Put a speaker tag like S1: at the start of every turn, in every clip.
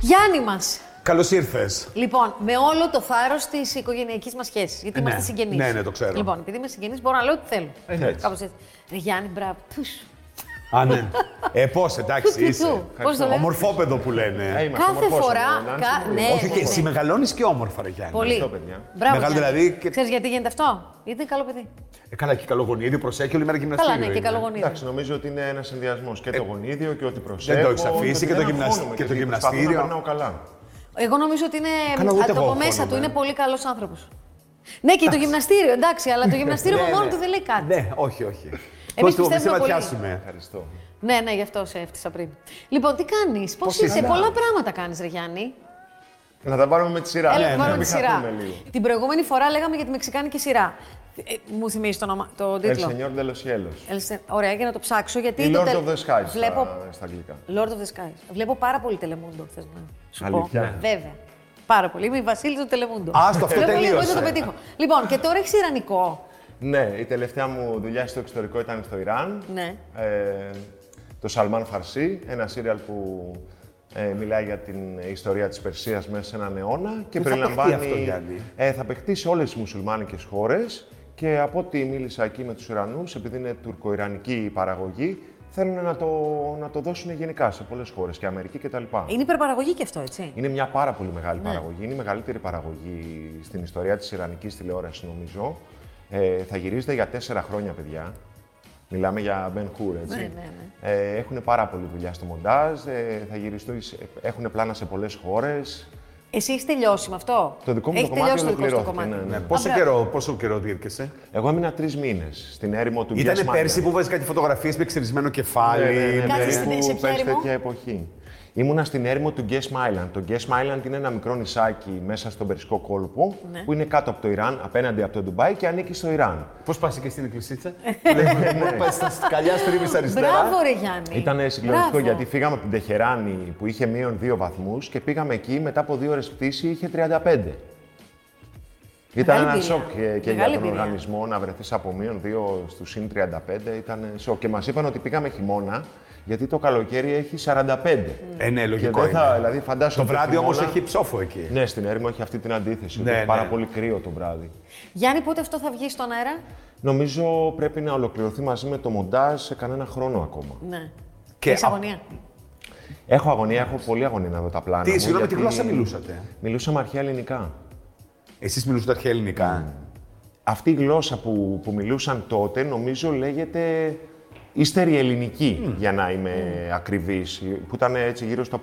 S1: Γιάννη μας.
S2: Καλώς ήρθες.
S1: Λοιπόν, με όλο το θάρρος της οικογενειακής μας σχέσης. Γιατί
S2: Ναι.
S1: είμαστε συγγενείς.
S2: Ναι, ναι, το ξέρω.
S1: Λοιπόν, επειδή είμαι συγγενής, μπορώ να λέω ό,τι θέλω.
S2: Ε, ναι, έτσι.
S1: Κάπως έτσι. Ρε Γιάννη, μπράβο. Τους.
S2: Α, ναι. Ε, πώς,
S1: Του, του,
S2: εντάξει, είσαι.
S1: του. Πώς το λένε?
S2: Ομορφόπεδο που
S3: Ε,
S2: λένε.
S3: είμαστε
S1: Κάθε
S3: ομορφός,
S1: φορά.
S3: ομορφός,
S1: κα-
S3: ομορφός.
S1: Ναι,
S2: Όχι,
S1: ναι,
S2: και
S1: ναι.
S2: εσύ μεγαλώνεις και όμορφα, ρε Γιάννη.
S1: Πολύ.
S3: Αυτό, παιδιά.
S1: Μπράβο,
S2: Μεγάλο
S1: Γιάννη.
S2: δηλαδή και-
S1: Ξέρεις γιατί γίνεται αυτό. Γιατί είναι καλό παιδί.
S2: Ε, καλά, και καλό γονίδι, προσέχει όλη μέρα γυμναστήριο.
S1: Καλά, ναι, και
S2: είναι.
S1: καλό γονίδι.
S3: Εντάξει, νομίζω ότι είναι ένας συνδυασμό και το γονίδιο και ότι προσέχω.
S2: Ε, δεν το έχεις αφήσει,
S3: ότι
S2: και το
S3: δεν
S2: γυμνασ-
S3: αγχώνομαι,
S2: και το
S3: ότι προσπαθώ
S2: γυμναστήριο.
S3: Να περνάω καλά.
S1: Εγώ νομίζω ότι είναι.
S2: Καλά, ούτε
S1: α, το
S2: εγώ
S1: από μέσα
S2: αγχώνομαι,
S1: του είναι
S2: ε.
S1: πολύ καλός άνθρωπος. Ναι, και το γυμναστήριο, εντάξει, αλλά το γυμναστήριο από μόνο του δεν λέει κάτι.
S2: Ε, Ναι, όχι, όχι. Πώς το-
S1: πιστεύουμε
S2: σε
S1: πολύ.
S2: ματιάσουμε.
S3: Ευχαριστώ.
S1: Ναι, ναι, γι' αυτό σε έφτιασα πριν. Λοιπόν, τι κάνεις, πώς
S2: Πώς
S1: είσαι,
S2: είσαι?
S1: πολλά πράγματα κάνεις, Ρε Γιάννη.
S3: Να τα πάρουμε με τη σειρά.
S1: Έλα,
S3: ναι,
S1: να
S3: ναι,
S1: πάρουμε
S3: μην
S1: τη σειρά.
S3: χαθούμε λίγο.
S1: Την προηγούμενη φορά λέγαμε για τη μεξικάνικη σειρά. Ε, μου θυμίζεις το, όνομα- το
S3: El
S1: τίτλο.
S3: Señor de los Cielos.
S1: Ελσεν- Ωραία, για να το ψάξω. Γιατί
S3: Η
S1: το
S3: Lord
S1: τελ-
S3: of the Skies
S1: Βλέπω...
S3: στα, στα αγγλικά.
S1: Lord of the Skies. Βλέπω πάρα πολύ Τελεμούντο, θες να σου
S3: Αλήθεια.
S1: πω. Ναι. Βέβαια. Πάρα πολύ. Είμαι η Βασίλισσα του Τελεμούντο.
S2: Άστο, αυτό
S1: Βλέπω λίγο,
S2: τελείωσε.
S1: έτσι θα το πετύχω. λοιπόν, και τώρα έχεις ιρανικό.
S3: Ναι, η τελευταία μου δουλειά στο εξωτερικό ήταν στο Ιράν.
S1: Ναι.
S3: Ε, το Σαλμάν Φαρσί, ένα σύριαλ που ε, μιλάει για την ιστορία της Περσίας μέσα σε έναν αιώνα και
S2: Πού θα
S3: περιλαμβάνει...
S2: παιχτεί αυτό, Γιάννη?
S3: ε, θα παιχτεί σε όλες τις μουσουλμάνικες χώρες και από ό,τι μίλησα εκεί με τους Ιρανούς, επειδή είναι τουρκοϊρανική η παραγωγή, θέλουν να το, να το δώσουν γενικά σε πολλές χώρες και Αμερική κτλ.
S1: Είναι υπερπαραγωγή και αυτό, έτσι.
S3: Είναι μια πάρα πολύ μεγάλη
S1: Ναι.
S3: παραγωγή. Είναι η μεγαλύτερη παραγωγή στην ιστορία της Ιρανικής τηλεόρασης, νομίζω. Ε, θα γυρίζεται για τέσσερα χρόνια, παιδιά. Μιλάμε για Ben Hur, έτσι.
S1: Ναι, ναι,
S3: Ε, έχουν πάρα πολλή δουλειά στο μοντάζ. Ε, θα γυριστούν, σε- έχουν πλάνα σε πολλές χώρες.
S1: Εσύ έχεις τελειώσει με αυτό.
S3: Το δικό μου το
S1: Έχεις
S3: κομμάτι
S1: τελειώσει το δικό σου το
S3: ολοκληρώθηκε,
S1: κομμάτι.
S3: ναι, ναι.
S2: Πόσο
S1: Α,
S2: καιρό, πόσο καιρό διήρκεσαι.
S3: Εγώ έμεινα τρεις μήνες στην έρημο του
S2: Ήταν
S3: Γκιας
S2: πέρσι
S3: Μάντα.
S2: που βάζει κάτι φωτογραφίες με ξυρισμένο
S3: Ναι, ναι,
S2: κεφάλι.
S3: ναι,
S2: με-
S1: Κάτσε
S3: περίπου
S1: στην- σε ποια
S3: πέρσι
S1: έρημο?
S3: τέτοια εποχή. Ήμουνα στην έρημο του Guess Island. Το Guess Island είναι ένα μικρό νησάκι μέσα στον Περσικό κόλπο
S1: Ναι.
S3: που είναι κάτω από το Ιράν, απέναντι από το Ντουμπάι και ανήκει στο Ιράν.
S2: Πώς πας και στην εκκλησίτσα.
S3: Ναι,
S2: Πώ πας στα σκαλιά, στρίβεις αριστερά.
S1: Ε, ναι. Μπράβο, ρε Γιάννη.
S3: Ήταν συγκλονιστικό
S1: Μπράβο.
S3: γιατί φύγαμε από την Τεχεράνη που είχε μείον 2 βαθμούς και πήγαμε εκεί μετά από δύο ώρες πτήση είχε 35. Ήταν
S1: Μεγάλη
S3: ένα
S1: εμπειρία.
S3: σοκ ε, και
S1: Μεγάλη
S3: για τον
S1: εμπειρία.
S3: οργανισμό να βρεθείς από μείον 2 στους συν 35. Ήταν σοκ. Και μας είπαν ότι πήγαμε χειμώνα γιατί το καλοκαίρι έχει 45.
S2: Ε, ναι,
S3: Και
S2: λογικό.
S3: δεν θα,
S2: είναι.
S3: δηλαδή, φαντάζομαι.
S2: Το
S3: ότι
S2: βράδυ όμω
S3: χειμώνα-
S2: έχει ψόφο εκεί.
S3: Ναι, στην έρημο έχει αυτή την αντίθεση. ότι
S2: Ναι,
S3: είναι πάρα
S2: ναι.
S3: πολύ κρύο το βράδυ.
S1: Γιάννη, πότε αυτό θα βγει στον αέρα.
S3: Νομίζω πρέπει να ολοκληρωθεί μαζί με το μοντάζ σε κανένα χρόνο ακόμα.
S1: Ναι.
S2: Και
S1: Και
S2: α-
S1: αγωνία.
S3: Έχω αγωνία, έχω πολύ αγωνία να δω τα πλάνα.
S2: Τι,
S3: μου,
S2: συγγνώμη, τι
S3: γιατί
S2: γλώσσα μιλούσατε?
S3: Μιλούσαμε αρχαία ελληνικά.
S2: Εσείς μιλούσατε αρχαία ελληνικά.
S3: Αυτή η γλώσσα που, που μιλούσαν τότε νομίζω λέγεται ύστερη ελληνική, για να είμαι ακριβής, που ήταν έτσι γύρω στο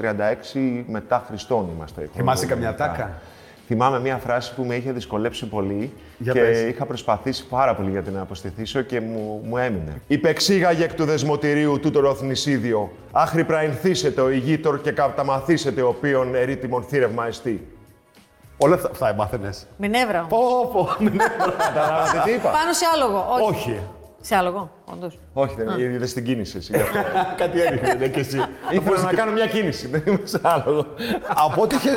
S3: 536 μετά Χριστόν είμαστε.
S2: Θυμάσαι καμιά
S3: χρονολογικά.
S2: τάκα?
S3: Θυμάμαι μια φράση που με είχε δυσκολέψει πολύ
S2: Για
S3: και
S2: πες.
S3: είχα προσπαθήσει πάρα πολύ για την αποστηθήσω και μου, μου έμεινε. Υπεξήγαγε εκ του δεσμοτηρίου τούτο ροθνησίδιο, άχρη πραϊνθήσετε ο ηγήτορ και καταμαθήσετε οποίον ερήτημον θύρευμα εστί.
S2: Όλα αυτά- αυτά μάθαινε.
S1: Με νεύρα.
S2: Πω, πω. ναι,
S3: Καταλάβατε τι είπα.
S1: Πάνω σε άλογο. Όχι.
S2: Όχι.
S1: Σε άλογο, όντως.
S3: Όχι, δεν είδες την κίνηση εσύ. γι' αυτό.
S2: Κάτι έριχνε, ναι, και εσύ.
S3: Ήθελα να κάνω μια κίνηση, δεν είμαι σε άλογο.
S2: Από ό,τι είχε.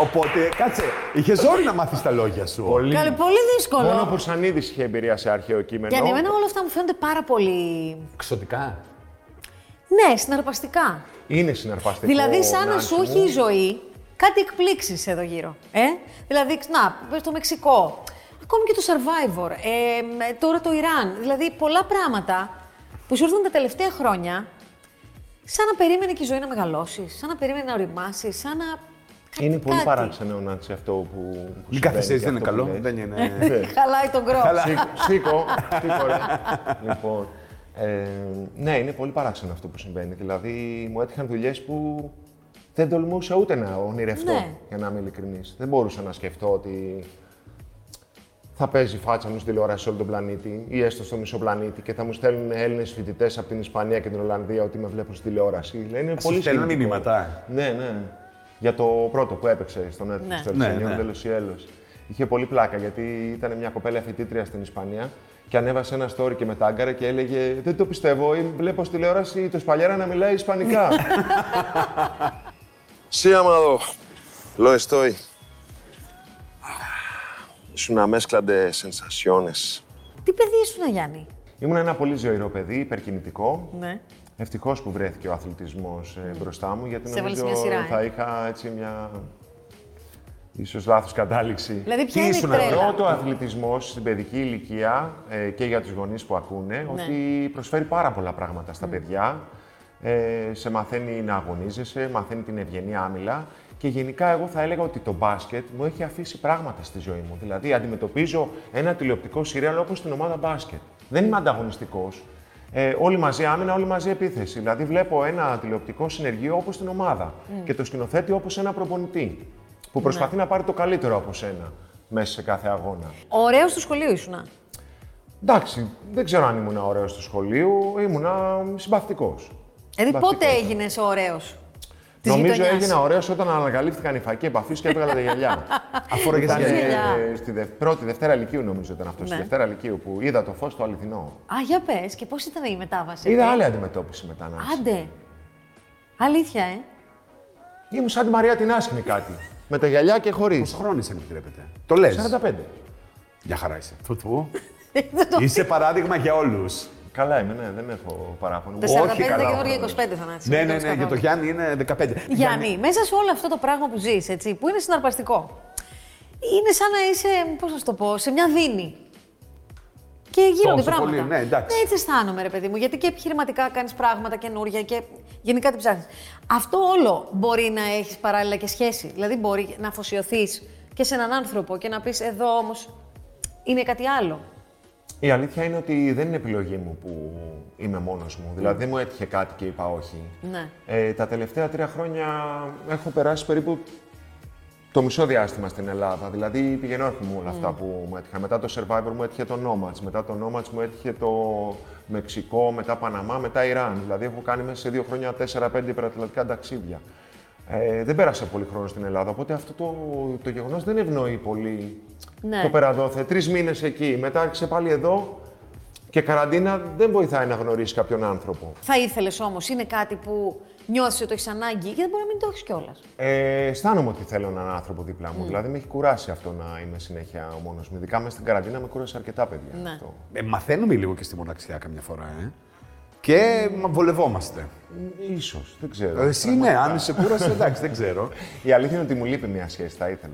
S2: Οπότε, κάτσε. Είχε ζόρι να μάθεις τα λόγια σου.
S3: Πολύ.
S1: Καλή, πολύ δύσκολο.
S3: Μόνο ο Πουρσανίδης είχε εμπειρία σε αρχαίο κείμενο.
S1: Γιάννη, εμένα όλα αυτά μου φαίνονται πάρα πολύ.
S2: Εξωτικά.
S1: Ναι, συναρπαστικά.
S3: Είναι συναρπαστικό.
S1: Δηλαδή, σαν να
S3: Νάνση
S1: σου
S3: μου.
S1: έχει η ζωή κάτι εκπλήξεις εδώ γύρω. Ε? Δηλαδή, να, πες το Μεξικό. Ακόμη και το Survivor. Ε, ε, τώρα το Ιράν. Δηλαδή, πολλά πράγματα που σου ήρθαν τα τελευταία χρόνια, σαν να περίμενε και η ζωή να μεγαλώσει, σαν να περίμενε να οριμάσει, σαν να. κάτι-
S3: Είναι πολύ
S1: κάτι.
S3: παράξενο, Νάνση, αυτό που. που
S2: Μην
S3: συμβαίνει
S2: καθυστερείς,
S3: και
S2: δεν είναι
S3: αυτό που
S2: καλό.
S3: λες. Ναι,
S2: Δεν είναι.
S1: Χαλάει τον κρό.
S3: Σήκω, σήκω, σήκω, ρε. Λοιπόν, ε, ναι, είναι πολύ παράξενο αυτό που συμβαίνει. Δηλαδή, μου έτυχαν δουλειές που δεν τολμούσα ούτε να ονειρευτώ,
S1: Ναι.
S3: για να είμαι ειλικρινής. Δεν μπορούσα να σκεφτώ ότι θα παίζει η φάτσα μου στην τηλεόραση σε όλο τον πλανήτη ή έστω στο μισό πλανήτη και θα μου στέλνουν Έλληνες φοιτητές από την Ισπανία και την Ολλανδία ότι με βλέπουν στην τηλεόραση. Δηλαδή, είναι
S2: σου
S3: πολύ
S2: στέλνουν
S3: συγκινητικό.
S2: μηνύματα.
S3: Ναι, ναι. Για το πρώτο που έπαιξε στο Netflix,
S1: Ναι.
S3: το
S2: Ναι,
S3: Ελσενιόν
S2: ναι.
S3: ναι, Είχε πολύ πλάκα γιατί ήταν μια κοπέλα φοιτήτρια στην Ισπανία και ανέβασε ένα story και με τάγκαρε και έλεγε Δεν το πιστεύω, ε, βλέπω στη τηλεόραση το Σπαλιέρα να μιλάει Ισπανικά.
S4: Sí, Amado. Lo estoy. Es una mezcla de sensaciones.
S1: Τι παιδί ήσουν, Γιάννη.
S3: Ήμουν ένα πολύ ζωηρό παιδί, υπερκινητικό.
S1: Ναι.
S3: Ευτυχώς που βρέθηκε ο αθλητισμός μπροστά μου, γιατί
S1: Σε έβαλε σε
S3: νομίζω
S1: μια σειρά, ε.
S3: θα είχα έτσι μια. ίσως λάθος κατάληξη.
S1: Δηλαδή, ποια
S3: Τι
S1: είναι η
S3: ήσουν
S1: τρέλα?
S3: αυτό, ο αθλητισμός στην παιδική ηλικία ε, και για τους γονείς που ακούνε,
S1: Ναι.
S3: ότι προσφέρει πάρα πολλά πράγματα στα παιδιά. Ε, σε μαθαίνει να αγωνίζεσαι, μαθαίνει την ευγενή άμυλα. Και γενικά, εγώ θα έλεγα ότι το μπάσκετ μου έχει αφήσει πράγματα στη ζωή μου. Δηλαδή, αντιμετωπίζω ένα τηλεοπτικό σύριαλ όπως την ομάδα μπάσκετ. Δεν είμαι ανταγωνιστικός. Ε, όλοι μαζί άμυνα, όλοι μαζί επίθεση. Δηλαδή, βλέπω ένα τηλεοπτικό συνεργείο όπως την ομάδα
S1: Mm.
S3: και το σκηνοθέτη όπως ένα προπονητή που προσπαθεί
S1: Ναι.
S3: να πάρει το καλύτερο από σένα μέσα σε κάθε αγώνα.
S1: Ωραίος του σχολείου ήσουνα.
S3: Εντάξει, δεν ξέρω αν ήμουν ωραίος στο σχολείο, ήμουνα συμπαθητικός.
S1: Δηλαδή, πότε έγινε ο ωραίος. Της
S3: Νομίζω
S1: γειτονιάς.
S3: έγινα ωραίος όταν ανακαλύφθηκαν οι φακοί επαφής και έβγαλα τα γυαλιά. Αφού
S2: Φοράγες
S3: ήταν
S2: γυαλιά.
S3: ε, στη δε- πρώτη, δευτέρα ηλικίου, νομίζω ήταν αυτός. Στη
S1: Ναι.
S3: δευτέρα ηλικίου που είδα το φως το αληθινό.
S1: Α, για πες και πώς ήταν η μετάβαση.
S3: Είδα
S1: αυτή?
S3: άλλη αντιμετώπιση μετά να είσαι.
S1: Άντε. Αλήθεια, ε.
S3: Ήμουν σαν τη Μαρία την άσχημη κάτι. Με τα γυαλιά και χωρίς.
S2: Πόσο χρόνο είσαι, αν επιτρέπετε. Το λες.
S3: 45.
S2: Για χαρά είσαι. Του, του. είσαι παράδειγμα για όλους.
S3: Καλά είμαι, ναι, δεν έχω παράπονο.
S1: Το 45
S2: Όχι καλά,
S1: ήταν και
S2: όχι.
S1: εγώ για 25 θανάτισε.
S2: Ναι, ναι, ναι, για το Γιάννη είναι 15.
S1: Γιάννη, μέσα σε όλο αυτό το πράγμα που ζεις, έτσι, που είναι συναρπαστικό, είναι σαν να είσαι, πώς να σου το πω, σε μια δίνη. Και γίνονται
S2: Τόσο
S1: πράγματα.
S2: πολύ, ναι, εντάξει.
S1: έτσι αισθάνομαι, ρε παιδί μου, γιατί και επιχειρηματικά κάνεις πράγματα καινούργια και γενικά τι ψάχνεις. Αυτό όλο μπορεί να έχεις παράλληλα και σχέση. Δηλαδή μπορεί να αφοσιωθείς και σε έναν άνθρωπο και να πεις εδώ όμως είναι κάτι άλλο.
S3: Η αλήθεια είναι ότι δεν είναι επιλογή μου που είμαι μόνος μου. Δηλαδή δεν μου έτυχε κάτι και είπα όχι.
S1: Ναι.
S3: Ε, τα τελευταία τρία χρόνια έχω περάσει περίπου το μισό διάστημα στην Ελλάδα. Δηλαδή πηγαίνω έρχομαι όλα αυτά που μου έτυχαν. Μετά το Survivor μου έτυχε το Nomads, μετά το Nomads μου έτυχε το Μεξικό, μετά Παναμά, μετά Ιράν. Δηλαδή έχω κάνει μέσα σε δύο χρόνια 4-5 υπερατλαντικά ταξίδια. Ε, δεν πέρασα πολύ χρόνο στην Ελλάδα, οπότε αυτό το, το γεγονός δεν ευνοεί πολύ
S1: Ναι.
S3: το περαδόθε. Τρεις μήνες εκεί, μετά άρχισε πάλι εδώ και καραντίνα δεν βοηθάει να γνωρίσεις κάποιον άνθρωπο.
S1: Θα ήθελες όμως, είναι κάτι που νιώθεις ότι το έχεις ανάγκη και δεν μπορεί να μην το έχεις κιόλας.
S3: Ε, αισθάνομαι ότι θέλω έναν άνθρωπο δίπλα μου. Δηλαδή με έχει κουράσει αυτό να είμαι συνέχεια ο μόνος μου. Ειδικά μέσα στην καραντίνα με κούρασε αρκετά παιδιά.
S1: Ναι.
S3: Αυτό.
S2: Ε, μαθαίνουμε λίγο και στη μοναξιά καμιά φορά, ε. Και μα, βολευόμαστε.
S3: Ε, Ίσως, δεν ξέρω.
S2: Εσύ ναι, αν σε κούρασε, εντάξει, δεν ξέρω.
S3: Η αλήθεια είναι ότι μου λείπει μια σχέση, θα ήθελα.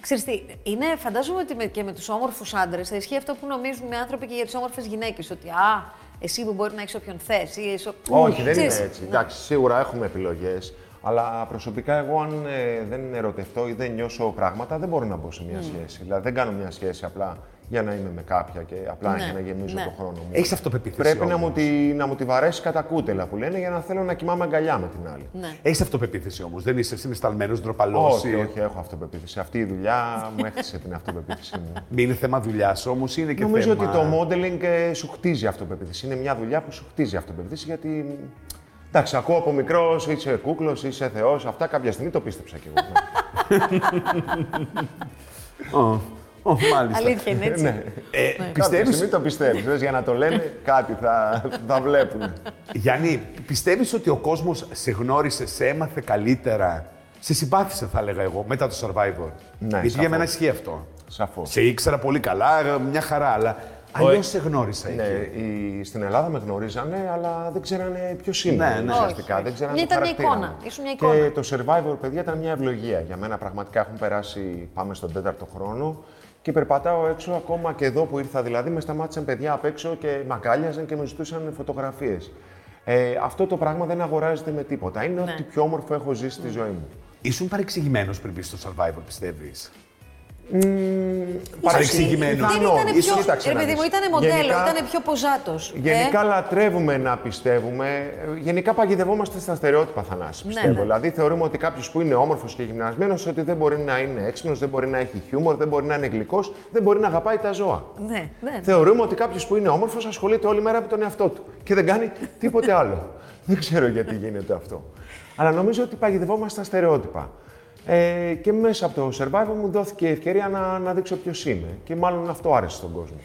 S1: Ξέρεις τι, είναι, φαντάζομαι ότι με- και με τους όμορφους άντρες θα ισχύει αυτό που νομίζουν οι άνθρωποι και για τις όμορφες γυναίκες, ότι α, εσύ που μπορεί να έχεις όποιον θες ή εσύ...
S3: Όχι, δεν
S1: Ξέρεις, ναι.
S3: είναι έτσι. Εντάξει, σίγουρα έχουμε επιλογές. Αλλά προσωπικά, εγώ, αν ε, δεν ερωτευτώ ή δεν νιώσω πράγματα, δεν μπορώ να μπω σε μια σχέση. Δηλαδή, δεν κάνω μια σχέση απλά για να είμαι με κάποια και απλά
S1: Ναι,
S3: για να γεμίζω
S1: ναι.
S3: το χρόνο μου.
S2: Έχεις αυτοπεποίθηση.
S3: Πρέπει να μου, τη, να μου τη βαρέσει κατά κούτελα που λένε για να θέλω να κοιμάμαι αγκαλιά με την άλλη.
S1: Ναι.
S2: Έχεις αυτοπεποίθηση όμως. Δεν είσαι συναισθαλμένο, ντροπαλός.
S3: Όχι, όχι, έχω αυτοπεποίθηση. Αυτή η δουλειά μου έχτισε την αυτοπεποίθησή μου.
S2: Μην είναι θέμα δουλειάς όμως, είναι και
S3: Νομίζω
S2: θέμα.
S3: ότι το modeling ε, σου χτίζει αυτοπεποίθηση. Είναι μια δουλειά που σου χτίζει αυτοπεποίθηση γιατί. Εντάξει, ακούω από μικρός, είσαι κούκλος, είσαι θεός. Αυτά κάποια στιγμή το πίστεψα κι εγώ.
S2: Ω, ω, μάλιστα.
S1: Αλήθεια ναι. είναι έτσι.
S3: Ναι,
S2: Ε,
S3: Κάποια
S2: πιστεύεις,
S3: στιγμή το πιστεύεις. Για να το λένε, κάτι θα, θα βλέπουν.
S2: Γιάννη, πιστεύεις ότι ο κόσμος σε γνώρισε, σε έμαθε καλύτερα, σε συμπάθησε θα έλεγα εγώ, μετά το Survivor.
S3: Ναι,
S2: Γιατί για
S3: σαφώς.
S2: μένα ισχύει αυτό.
S3: Σαφώς.
S2: Σε ήξερα πολύ καλά, ε, μια χαρά, αλλά αλλιώς σε γνώρισα
S3: ε- Ναι,
S2: εκεί.
S3: οι- στην Ελλάδα με γνωρίζανε, αλλά δεν ξέρανε ποιος είμαι.
S2: Ναι, ναι.
S3: Ουσιαστικά
S1: Όχι,
S3: δεν
S1: όχι.
S3: ξέρανε
S1: Μια
S3: το
S1: ήταν μια
S3: χαρακτήρα
S1: εικόνα.
S3: μου.
S1: Ήσουν μια εικόνα.
S3: Και το survivor, παιδιά, ήταν μια ευλογία. Για μένα πραγματικά έχουν περάσει, πάμε στον τέταρτο χρόνο και περπατάω έξω ακόμα και εδώ που ήρθα. Δηλαδή, με σταμάτησαν παιδιά απ' έξω και με αγκάλιαζαν και με ζητούσαν φωτογραφίες. Ε, αυτό το πράγμα δεν αγοράζεται με τίποτα. Είναι
S1: Ναι.
S3: ό,τι πιο όμορφο έχω ζήσει στη ζωή μου.
S2: Ήσουν παρεξηγημένος πριν μπεις στο Survivor, πιστεύεις.
S1: Ίσως
S2: παρεξηγημένο.
S1: Δεν ήταν
S3: Ίσως,
S1: πιο,
S3: κοίταξε
S1: ρε
S3: να
S1: παιδί μου,
S3: δεις.
S1: ήταν μοντέλο,
S3: Γενικά-
S1: ήταν πιο ποζάτος. ε.
S3: Γενικά λατρεύουμε να πιστεύουμε. Ε, Γενικά παγιδευόμαστε στα στερεότυπα, Θανάση, πιστεύω.
S1: ναι.
S3: Δηλαδή θεωρούμε ότι κάποιος που είναι όμορφος και γυμνασμένος, ότι δεν μπορεί να είναι έξυπνος, δεν μπορεί να έχει χιούμορ, δεν μπορεί να είναι γλυκός, δεν μπορεί να αγαπάει τα ζώα.
S1: Ναι, ναι.
S3: Θεωρούμε ότι κάποιος που είναι όμορφος ασχολείται όλη μέρα με τον εαυτό του και δεν κάνει τίποτε άλλο. δεν ξέρω γιατί γίνεται αυτό. Αλλά νομίζω ότι παγιδευόμαστε στα στερεότυπα. Ε, και μέσα από το survival μου δόθηκε η ευκαιρία να, να δείξω ποιος είμαι. Και μάλλον αυτό άρεσε στον κόσμο.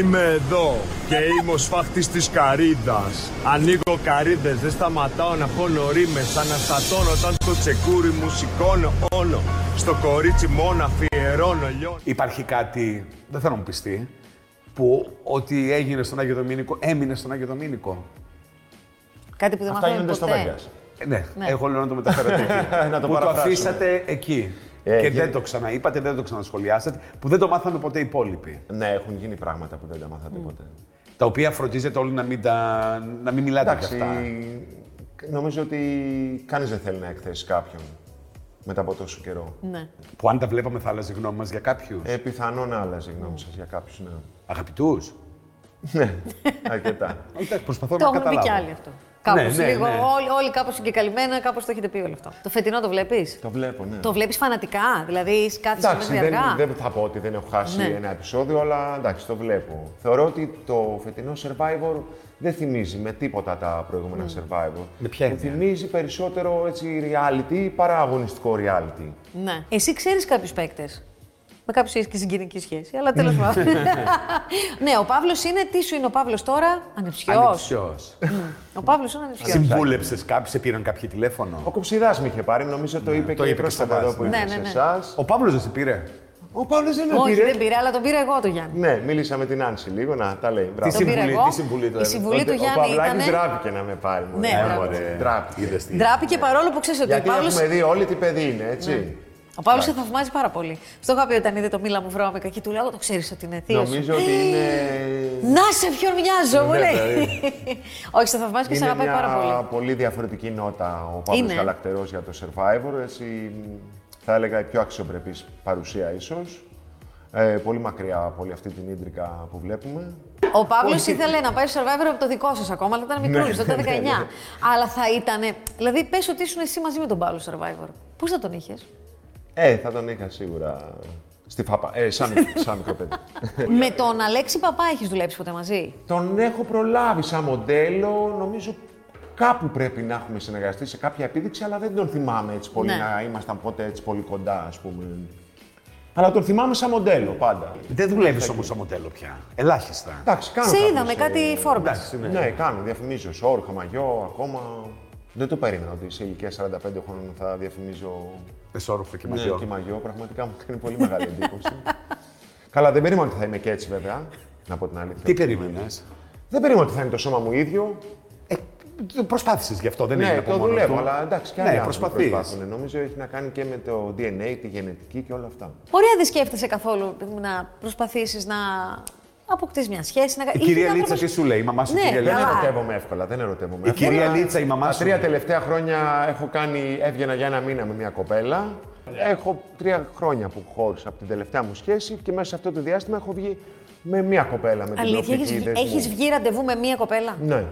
S5: Είμαι εδώ και είμαι ο σφάχτης της καρύδας. Ανοίγω καρύδες, δεν σταματάω να χώνω ρήμες. Αναστατώνω όταν το τσεκούρι μου σηκώνω όλο. Στο κορίτσι μόνο αφιερώνω λιώνω.
S2: Υπάρχει κάτι, δεν θέλω να μου πιστεί, που ό,τι έγινε στον Άγιο Δομήνικο έμεινε στον Άγιο Δομήνικο.
S1: Κάτι που δεν
S3: Αυτά
S1: μαθαίνουμε
S3: γίνονται
S1: ποτέ.
S3: στο Βέγγα.
S2: Ε, ναι,
S1: Ναι.
S2: εγώ λέω να το μεταφέρατε εκεί.
S3: Να το
S2: που το
S3: παραφράσουμε.
S2: αφήσατε εκεί.
S3: Ε,
S2: και
S3: γίνεται.
S2: δεν το ξαναείπατε, δεν το ξανασχολιάσατε, που δεν το μάθανε ποτέ οι υπόλοιποι.
S3: Ναι, έχουν γίνει πράγματα που δεν τα
S1: Mm.
S3: μάθατε ποτέ.
S2: Τα οποία φροντίζετε όλοι να μην, τα... να μην μιλάτε για
S3: Εντάξει,
S2: αυτά.
S3: νομίζω ότι κανείς δεν θέλει να εκθέσει κάποιον μετά από τόσο καιρό.
S1: Ναι.
S2: Που αν τα βλέπαμε θα άλλαζε η γνώμη μας για κάποιους.
S3: Ε, πιθανό να άλλαζε η
S1: Mm.
S3: γνώμη σας για κάποιους, ναι.
S2: Αγαπητούς.
S3: Ναι, αρκετά.
S2: Εντάξει, προσπαθώ
S1: Το
S2: να
S1: έχουν πει
S2: καταλάβω.
S1: κι άλλοι αυτό. Κάπως
S2: Ναι, ναι,
S1: λίγο.
S2: ναι.
S1: Όλοι, όλοι κάπως συγκεκαλυμμένα, κάπως το έχετε πει όλο αυτό. Το φετινό το βλέπεις.
S3: Το βλέπω, ναι.
S1: Το βλέπεις φανατικά, δηλαδή κάθεσαι
S3: Εντάξει,
S1: μέχρι αργά.
S3: δεν, δεν θα πω ότι δεν έχω χάσει
S1: Ναι.
S3: ένα επεισόδιο, αλλά εντάξει, το βλέπω. Θεωρώ ότι το φετινό Survivor δεν θυμίζει με τίποτα τα προηγούμενα
S1: Mm.
S3: Survivor.
S2: Με ποια
S3: Μου
S2: έννοια?
S3: θυμίζει περισσότερο έτσι reality παρά αγωνιστικό reality.
S1: Ναι. Εσύ ξέρεις κάποιους παίκτες. Με κάποιου έχει και συγγενική σχέση, αλλά τέλος πάντων. ναι, ο Παύλος είναι, τι σου είναι ο Παύλος τώρα, ανεψιός.
S2: Ανεψιός.
S1: Ο Παύλος είναι ανεψιός.
S2: Συμβούλεψες κάποιου, σε πήραν κάποιοι τηλέφωνο.
S3: Ο Κοψιδάς με είχε πάρει, νομίζω το είπε
S2: Ναι, το
S3: και
S2: είπε και
S3: πρόσφατα
S2: στο
S3: εδώ
S2: βάζ,
S3: που
S2: ναι.
S3: ήρθε
S1: Ναι,
S3: σε
S1: ναι, ναι.
S3: εσάς.
S2: Ο Παύλος δεν σε πήρε.
S3: Ο Παύλος δεν με
S1: Όχι,
S3: πήρε.
S1: δεν πήρα, αλλά τον πήρα εγώ το Γιάννη.
S3: Ναι, μίλησα με την Άνση λίγο, να τα λέει. Μπράβο.
S1: Τον πήρα
S2: συμβουλή-
S1: εγώ.
S2: τι συμβουλή του
S1: Η
S2: έδωσε.
S1: συμβουλή του
S3: δηλαδή, Ο- Ο
S1: Γιάννη
S3: Παυλάκης
S1: ήταν.
S3: ντράπηκε να με πάρει. μωρέ.
S1: Ναι,
S3: Ε,
S1: μπράβο.
S3: μωρέ, ντράπηκε.
S2: Είδες τι.
S1: Ντράπηκε παρόλο που ξέρεις ότι ο Ναι.
S3: Γιατί
S1: Παύλος.
S3: έχουμε δει όλοι τι παιδί είναι, έτσι.
S1: Ο Παύλος σε θαυμάζει πάρα πολύ. Στο είχα πει όταν είδε το μίλα μου βρώμικα και του λέω: «Εγώ Το ξέρεις ότι είναι θείο.
S3: Νομίζω ότι είναι
S1: Να σε ποιον μοιάζω, μου
S3: Ναι,
S1: λέει. Όχι, σε θαυμάζει και Ναι, σε
S3: Είναι
S1: αγαπάει
S3: μια
S1: πάρα πολύ.
S3: πολύ διαφορετική νότα ο Παύλος
S1: Είναι.
S3: Καλακτερός για το Survivor. Έτσι, θα έλεγα η πιο αξιοπρεπής παρουσία ίσως. Ε, πολύ μακριά από όλη αυτή την ίντρικα που βλέπουμε.
S1: Ο Παύλος ήθελε να πάει στο survivor από το δικό σας ακόμα, αλλά ήταν μικρούλης,
S3: Ναι,
S1: τότε
S3: ναι,
S1: 19.
S3: ναι, ναι.
S1: Αλλά θα ήταν. Δηλαδή, πες ότι ήσουν εσύ μαζί με τον Παύλο survivor. Πώς θα τον είχες.
S3: Ε, θα τον είχα σίγουρα στη φάπα. Ε, σαν, σαν μικρό παιδί.
S1: με τον Αλέξη Παπά έχεις δουλέψει ποτέ μαζί.
S3: τον έχω προλάβει σαν μοντέλο, νομίζω κάπου πρέπει να έχουμε συνεργαστεί σε κάποια επίδειξη, αλλά δεν τον θυμάμαι έτσι πολύ,
S1: Ναι.
S3: να ήμασταν ποτέ έτσι πολύ κοντά, ας πούμε. Αλλά τον θυμάμαι σαν μοντέλο πάντα.
S2: Δεν δουλεύεις όμως σαν μοντέλο πια. Ελάχιστα.
S3: Εντάξει, κάνω
S1: Σε
S3: κάποιες,
S1: είδαμε
S3: ε,
S1: κάτι φόρμα.
S2: Εντάξει, ναι.
S3: Ναι, κάνω. Διαφημίζω σόρ, χαμαγιό, ακόμα. Δεν το περίμενα ότι σε ηλικία 45 χρόνων θα διαφημίζω
S2: Εσόρροφο και
S3: ναι.
S2: μαγειό.
S3: και μαγιό. Πραγματικά μου κάνει πολύ μεγάλη εντύπωση. Καλά, δεν περίμενα ότι θα είμαι και έτσι, βέβαια. Να πω την αλήθεια.
S2: Τι περίμενες.
S3: Δεν περίμενα ότι θα είναι το σώμα μου ίδιο.
S2: Προσπάθησε Ε, γι' αυτό, δεν έγινε
S3: ναι,
S2: από
S3: το
S2: μόνος
S3: δουλεύω,
S2: του.
S3: αλλά εντάξει, και άλλοι
S2: Ναι,
S3: άνθρωποι
S2: προσπαθείς.
S3: προσπάθουν. Νομίζω έχει να κάνει και με το DNA, τη γενετική και όλα αυτά.
S1: Ωραία, δεν σκέφτεσαι καθόλου να προσπαθήσεις να αποκτήσει μια σχέση. Να...
S2: Η κυρία Λίτσα τι σου λέει, η μαμά σου
S1: Ναι,
S2: η κυρία
S1: καλά.
S2: Λίτσα.
S3: Δεν ερωτεύομαι εύκολα. Δεν ερωτεύομαι
S2: Η
S3: εύκολα.
S2: κυρία Λίτσα, η μαμά
S3: Τα
S2: σου.
S3: τρία τελευταία χρόνια έχω κάνει, έβγαινα για ένα μήνα με μια κοπέλα. Έχω τρία χρόνια που χώρισα από την τελευταία μου σχέση και μέσα σε αυτό το διάστημα έχω βγει με μια κοπέλα με την
S1: Αλήθεια,
S3: οποία
S1: έχει έχεις βγει ραντεβού με μία κοπέλα.
S3: Ναι.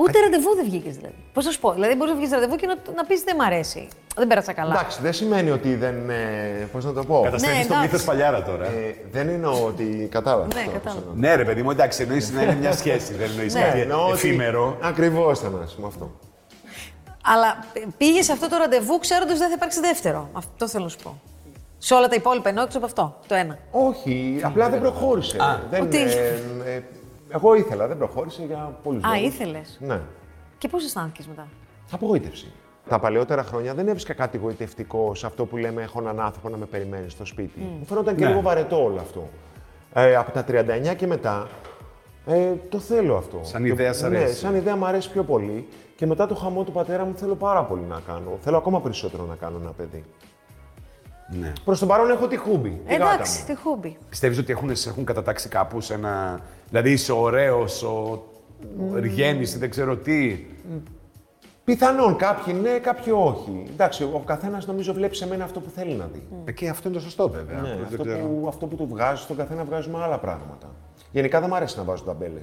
S1: Ούτε ραντεβού δεν βγήκες δηλαδή. Πώς να σου πω, Δηλαδή, μπορείς να βγεις ραντεβού και να, να πεις Δεν μ' αρέσει. Δεν πέρασα καλά.
S3: Εντάξει, δεν σημαίνει ότι δεν. Ε, Πώς να το πω.
S2: Καταστρέφεις
S1: Ναι,
S2: το
S1: εντάξει.
S2: μύθος παλιάρα τώρα.
S3: Ε, δεν εννοώ ότι. Κατάλαβα.
S1: Ναι, κατάλαβα.
S2: Ναι, ρε παιδί μου, εντάξει, εννοείς να είναι μια σχέση. Δεν εννοείς
S1: Ναι.
S3: Ναι,
S2: κάτι Ε, εφήμερο.
S3: Ακριβώς ήταν, α πούμε αυτό.
S1: Αλλά πήγες σε αυτό το ραντεβού ξέροντας ότι δεν θα υπάρξει δεύτερο. Αυτό θέλω να σου πω. Σε όλα τα υπόλοιπα ενώ έξω από αυτό. Το ένα.
S3: Όχι, απλά δεν προχώρησε. δεν,
S1: Ότι-
S3: ε, ε, εγώ ήθελα, δεν προχώρησε για πολλούς
S1: Α,
S3: λόγους.
S1: ήθελες.
S3: Ναι.
S1: Και πώς αισθάνθηκες μετά.
S3: Απογοήτευση. Τα παλαιότερα χρόνια δεν έβρισκα κάτι γοητευτικό σε αυτό που λέμε Έχω έναν άνθρωπο να με περιμένει στο σπίτι. Μου φαίνονταν και
S2: Ναι.
S3: λίγο βαρετό όλο αυτό. Ε, από τα 39 και μετά ε, το θέλω αυτό.
S2: Σαν
S3: Και-
S2: ιδέα σ'
S3: Ναι,
S2: αρέσει.
S3: σαν ιδέα μου αρέσει πιο πολύ. Και μετά το χαμό του πατέρα μου θέλω πάρα πολύ να κάνω. Θέλω ακόμα περισσότερο να κάνω ένα παιδί.
S2: Ναι.
S3: Προς τον παρόν έχω τη χούμπη. τη γάτα
S1: Εντάξει,
S3: μου.
S1: τι χούμπι.
S2: Πιστεύεις ότι έχουν, σε έχουν κατατάξει κάπου σε ένα. Δηλαδή είσαι ωραίος, ο
S1: Mm.
S2: Ριγέννης ή δεν ξέρω τι.
S3: Πιθανόν κάποιοι ναι, κάποιοι όχι. Εντάξει, ο καθένας νομίζω βλέπει σε μένα αυτό που θέλει να δει.
S2: Ε, Και αυτό είναι το σωστό βέβαια.
S3: Ναι,
S2: Δεν
S3: αυτό,
S2: ξέρω.
S3: που, αυτό που το βγάζεις στον καθένα βγάζουμε άλλα πράγματα. Γενικά δεν μου αρέσει να βάζω ταμπέλε.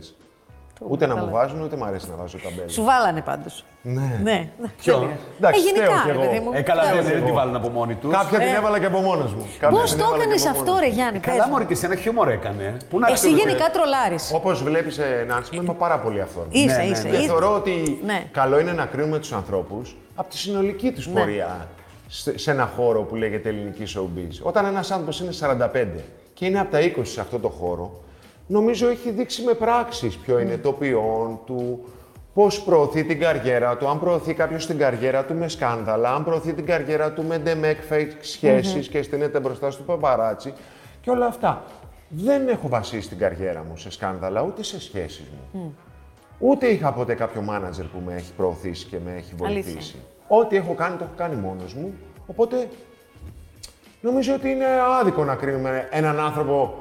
S3: Ούτε να μου βάζουν, ούτε μου αρέσει να βάζω ταμπέλε.
S1: Σου βάλανε πάντως.
S3: Ναι.
S1: Ναι. Ποιο.
S2: Ποιο?
S1: Ε,
S3: Εντάξει,
S1: γενικά,
S3: φταίω κι
S1: ρε
S3: εγώ.
S1: παιδί μου.
S2: Ε, καλά,
S1: Φταίω.
S2: δεν δεν την βάλουν από μόνοι τους.
S3: Κάποια την έβαλα και από μόνος μου. Κάποια
S1: Ε. Πώς
S3: την
S1: το
S3: έβαλα και
S1: έκανες
S3: από μόνος
S1: αυτό, ρε
S3: μου.
S1: Γιάννη, πες
S2: Ε, Καλά,
S1: μου.
S2: Μωρή, και σε ένα χιούμορ έκανε. Πού να
S1: Εσύ
S2: ξέρετε.
S1: γενικά τρολάρεις.
S3: Όπως βλέπεις, Νάνση, ε, είμαι πάρα πολύ αυθόρμητο.
S1: Είσαι,
S2: ναι,
S1: είσαι.
S2: ναι.
S1: είσαι.
S3: Θεωρώ ότι
S1: Ναι.
S3: καλό είναι να κρίνουμε τους ανθρώπους από τη συνολική τους
S1: Ναι.
S3: πορεία σε, σε ένα χώρο που λέγεται ελληνική showbiz. Όταν ένας άνθρωπος είναι 45 και είναι από τα 20 σε αυτό το χώρο, νομίζω έχει δείξει με πράξεις ποιο
S1: Ναι.
S3: είναι το ποιόν του, πώς προωθεί την καριέρα του, αν προωθεί κάποιος την καριέρα του με σκάνδαλα, αν προωθεί την καριέρα του με ντεμεκ fake σχέσει και στείνεται μπροστά στο παπαράτσι και όλα αυτά. δεν έχω βασίσει την καριέρα μου σε σκάνδαλα ούτε σε σχέσεις μου. Ούτε είχα ποτέ κάποιο μάνατζερ που με έχει προωθήσει και με έχει βοηθήσει.
S1: Αλήθεια.
S3: Ό,τι έχω κάνει το έχω κάνει μόνος μου. Οπότε νομίζω ότι είναι άδικο να κρίνουμε έναν άνθρωπο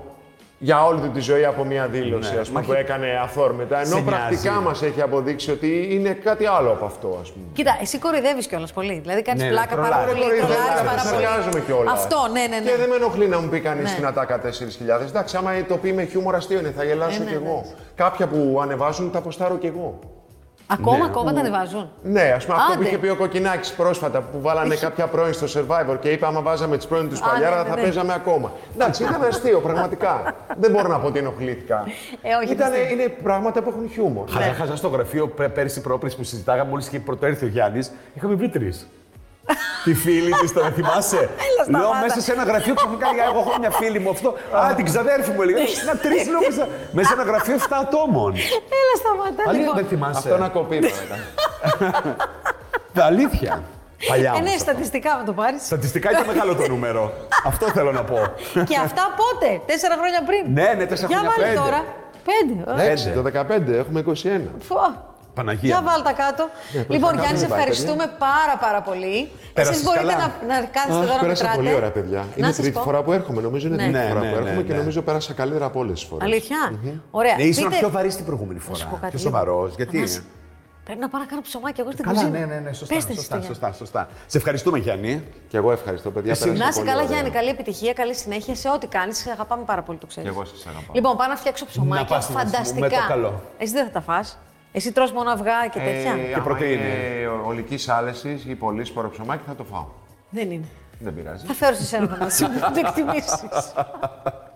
S3: για όλη του τη ζωή από μια δήλωση
S2: Ναι,
S3: ας πούμε,
S2: μα
S3: που
S2: έχει-
S3: έκανε αθόρμητα, ενώ
S2: Σε
S3: πρακτικά
S2: νοιάζει.
S3: μας έχει αποδείξει ότι είναι κάτι άλλο από αυτό, ας πούμε.
S1: Κοίτα, εσύ κοροϊδεύεις κιόλας πολύ. Δηλαδή κάνεις
S2: Ναι,
S1: πλάκα πάρα
S2: τρολάρεις.
S1: πολύ. τρολάρεις
S3: Κοροϊδεύω,
S1: πάρα
S3: δεν
S1: πολύ.
S3: συνεργάζομαι κιόλας.
S1: Αυτό, ναι, ναι, ναι.
S3: Και δεν με ενοχλεί να μου πει κανείς
S1: Ναι.
S3: την ατάκα 4.000. Εντάξει, άμα το πει με χιούμορ αστείο είναι, θα γελάσω
S1: Ε, ναι,
S3: κι
S1: ναι.
S3: εγώ. Κάποια που ανεβάζουν τα αποστάρω κι εγώ.
S1: Ακόμα, ακόμα τα ανεβάζουν.
S3: Ναι, ας πούμε αυτό που
S1: Άντε.
S3: είχε πει ο Κοκκινάκης πρόσφατα που βάλανε κάποια πρώην στο survivor και είπε: Άμα βάζαμε τις πρώην τους
S1: Α,
S3: παλιάρα,
S1: ναι, ναι,
S3: θα
S1: ναι.
S3: παίζαμε ακόμα. Εντάξει, ήταν αστείο, πραγματικά. δεν μπορώ να πω ότι ενοχλήθηκα.
S1: Ε, όχι,
S3: Ήτανε-
S1: εντάξει.
S3: είναι πράγματα που έχουν χιούμορ.
S2: Χαζά, χαζά στο γραφείο πε- πέρσι πρόπρεση που συζητάγαμε, μόλις είχε πρωτοέρθει ο Γιάννης, είχαμε βρει τρεις. Τη φίλη της, το να θυμάσαι.
S1: σταμάτα.
S2: λέω μέσα σε ένα γραφείο που μου κάνει, εγώ έχω μια φίλη μου αυτό. Α, την ξαδέρφη μου έλεγε.
S1: Ναι.
S2: Να τρεις λέω μέσα, μέσα σε ένα γραφείο 7 ατόμων.
S1: Λοιπόν, Έλα, σταματά.
S2: Αλήθεια,
S1: Λοιπόν.
S2: δεν θυμάσαι.
S3: Αυτό να κοπεί μετά.
S2: Τα αλήθεια.
S1: Ε,
S2: Παλιά όμως
S1: ναι,
S2: αυτά.
S1: στατιστικά με το πάρεις.
S2: Στατιστικά ήταν μεγάλο το νούμερο. Αυτό θέλω να πω.
S1: και αυτά πότε, τέσσερα χρόνια πριν.
S2: Ναι, ναι, τέσσερα
S1: Για
S2: χρόνια,
S1: βάλε
S2: πέντε. Ναι.
S1: τώρα. Πέντε. ωραία.
S3: Έτσι, Ε, το 15, έχουμε 21.
S1: Φω.
S2: Παναγία.
S1: Για
S2: μου. Ναι,
S1: βάλ τα κάτω. λοιπόν,
S3: τα
S1: Γιάννη, σε
S3: κάτω, πάει,
S1: ευχαριστούμε πάρα πάρα πολύ.
S2: Πέρασες
S1: Εσείς μπορείτε
S2: καλά.
S1: να, να κάθεστε
S3: Αχ,
S1: εδώ να
S3: πέρασα
S1: μετράτε.
S3: πολύ ωραία, παιδιά.
S1: να
S3: είναι
S1: σας
S3: τρίτη
S1: πω.
S3: φορά που έρχομαι. Νομίζω είναι
S1: Ναι.
S3: τρίτη
S2: Ναι,
S3: φορά
S2: ναι,
S3: που
S2: ναι,
S3: έρχομαι και
S2: ναι.
S3: νομίζω πέρασα καλύτερα από όλες τις φορές.
S1: Αλήθεια. Ωραία.
S2: Ναι, ήσουν
S1: Ε, Πείτε-
S2: πιο βαρύς την προηγούμενη
S1: σου πω
S2: φορά.
S1: κάτι,
S2: Πιο
S1: λίγο.
S2: σοβαρός. Γιατί.
S1: Ανάση, Πρέπει να πάω να κάνω ψωμάκι εγώ στην
S2: Καλά,
S1: κουζίνα.
S2: ναι, ναι, ναι, σωστά,
S1: Πες τα
S2: σωστά,
S1: στη
S2: σωστά, σωστά. Σε ευχαριστούμε, Γιάννη.
S3: Και εγώ ευχαριστώ, παιδιά.
S2: Εσύ-
S3: πέρασα
S1: Να είσαι
S3: πολύ
S1: καλά,
S3: ωραία.
S1: Γιάννη. Καλή επιτυχία, καλή συνέχεια σε ό,τι κάνεις. Σε αγαπάμε πάρα πολύ, το ξέρεις.
S3: Κι εγώ σας αγαπάω.
S1: Λοιπόν, πάω να φτιάξω
S2: Να
S1: ψωμάκια.
S2: πας να-
S1: Φανταστικά.
S2: με το καλό. Ε,
S1: Εσύ δεν θα τα φας. Εσύ τρως μόνο αυγά και τέτοια.
S3: άμα
S2: πρωτεΐνη.
S3: είναι ολικής άλεσης ή πολύ σπόρο ψωμάκι, θα το φάω.
S1: Δεν είναι.
S3: Δεν πειράζει.
S1: Θα φέρω σε σένα να το εκτιμήσεις.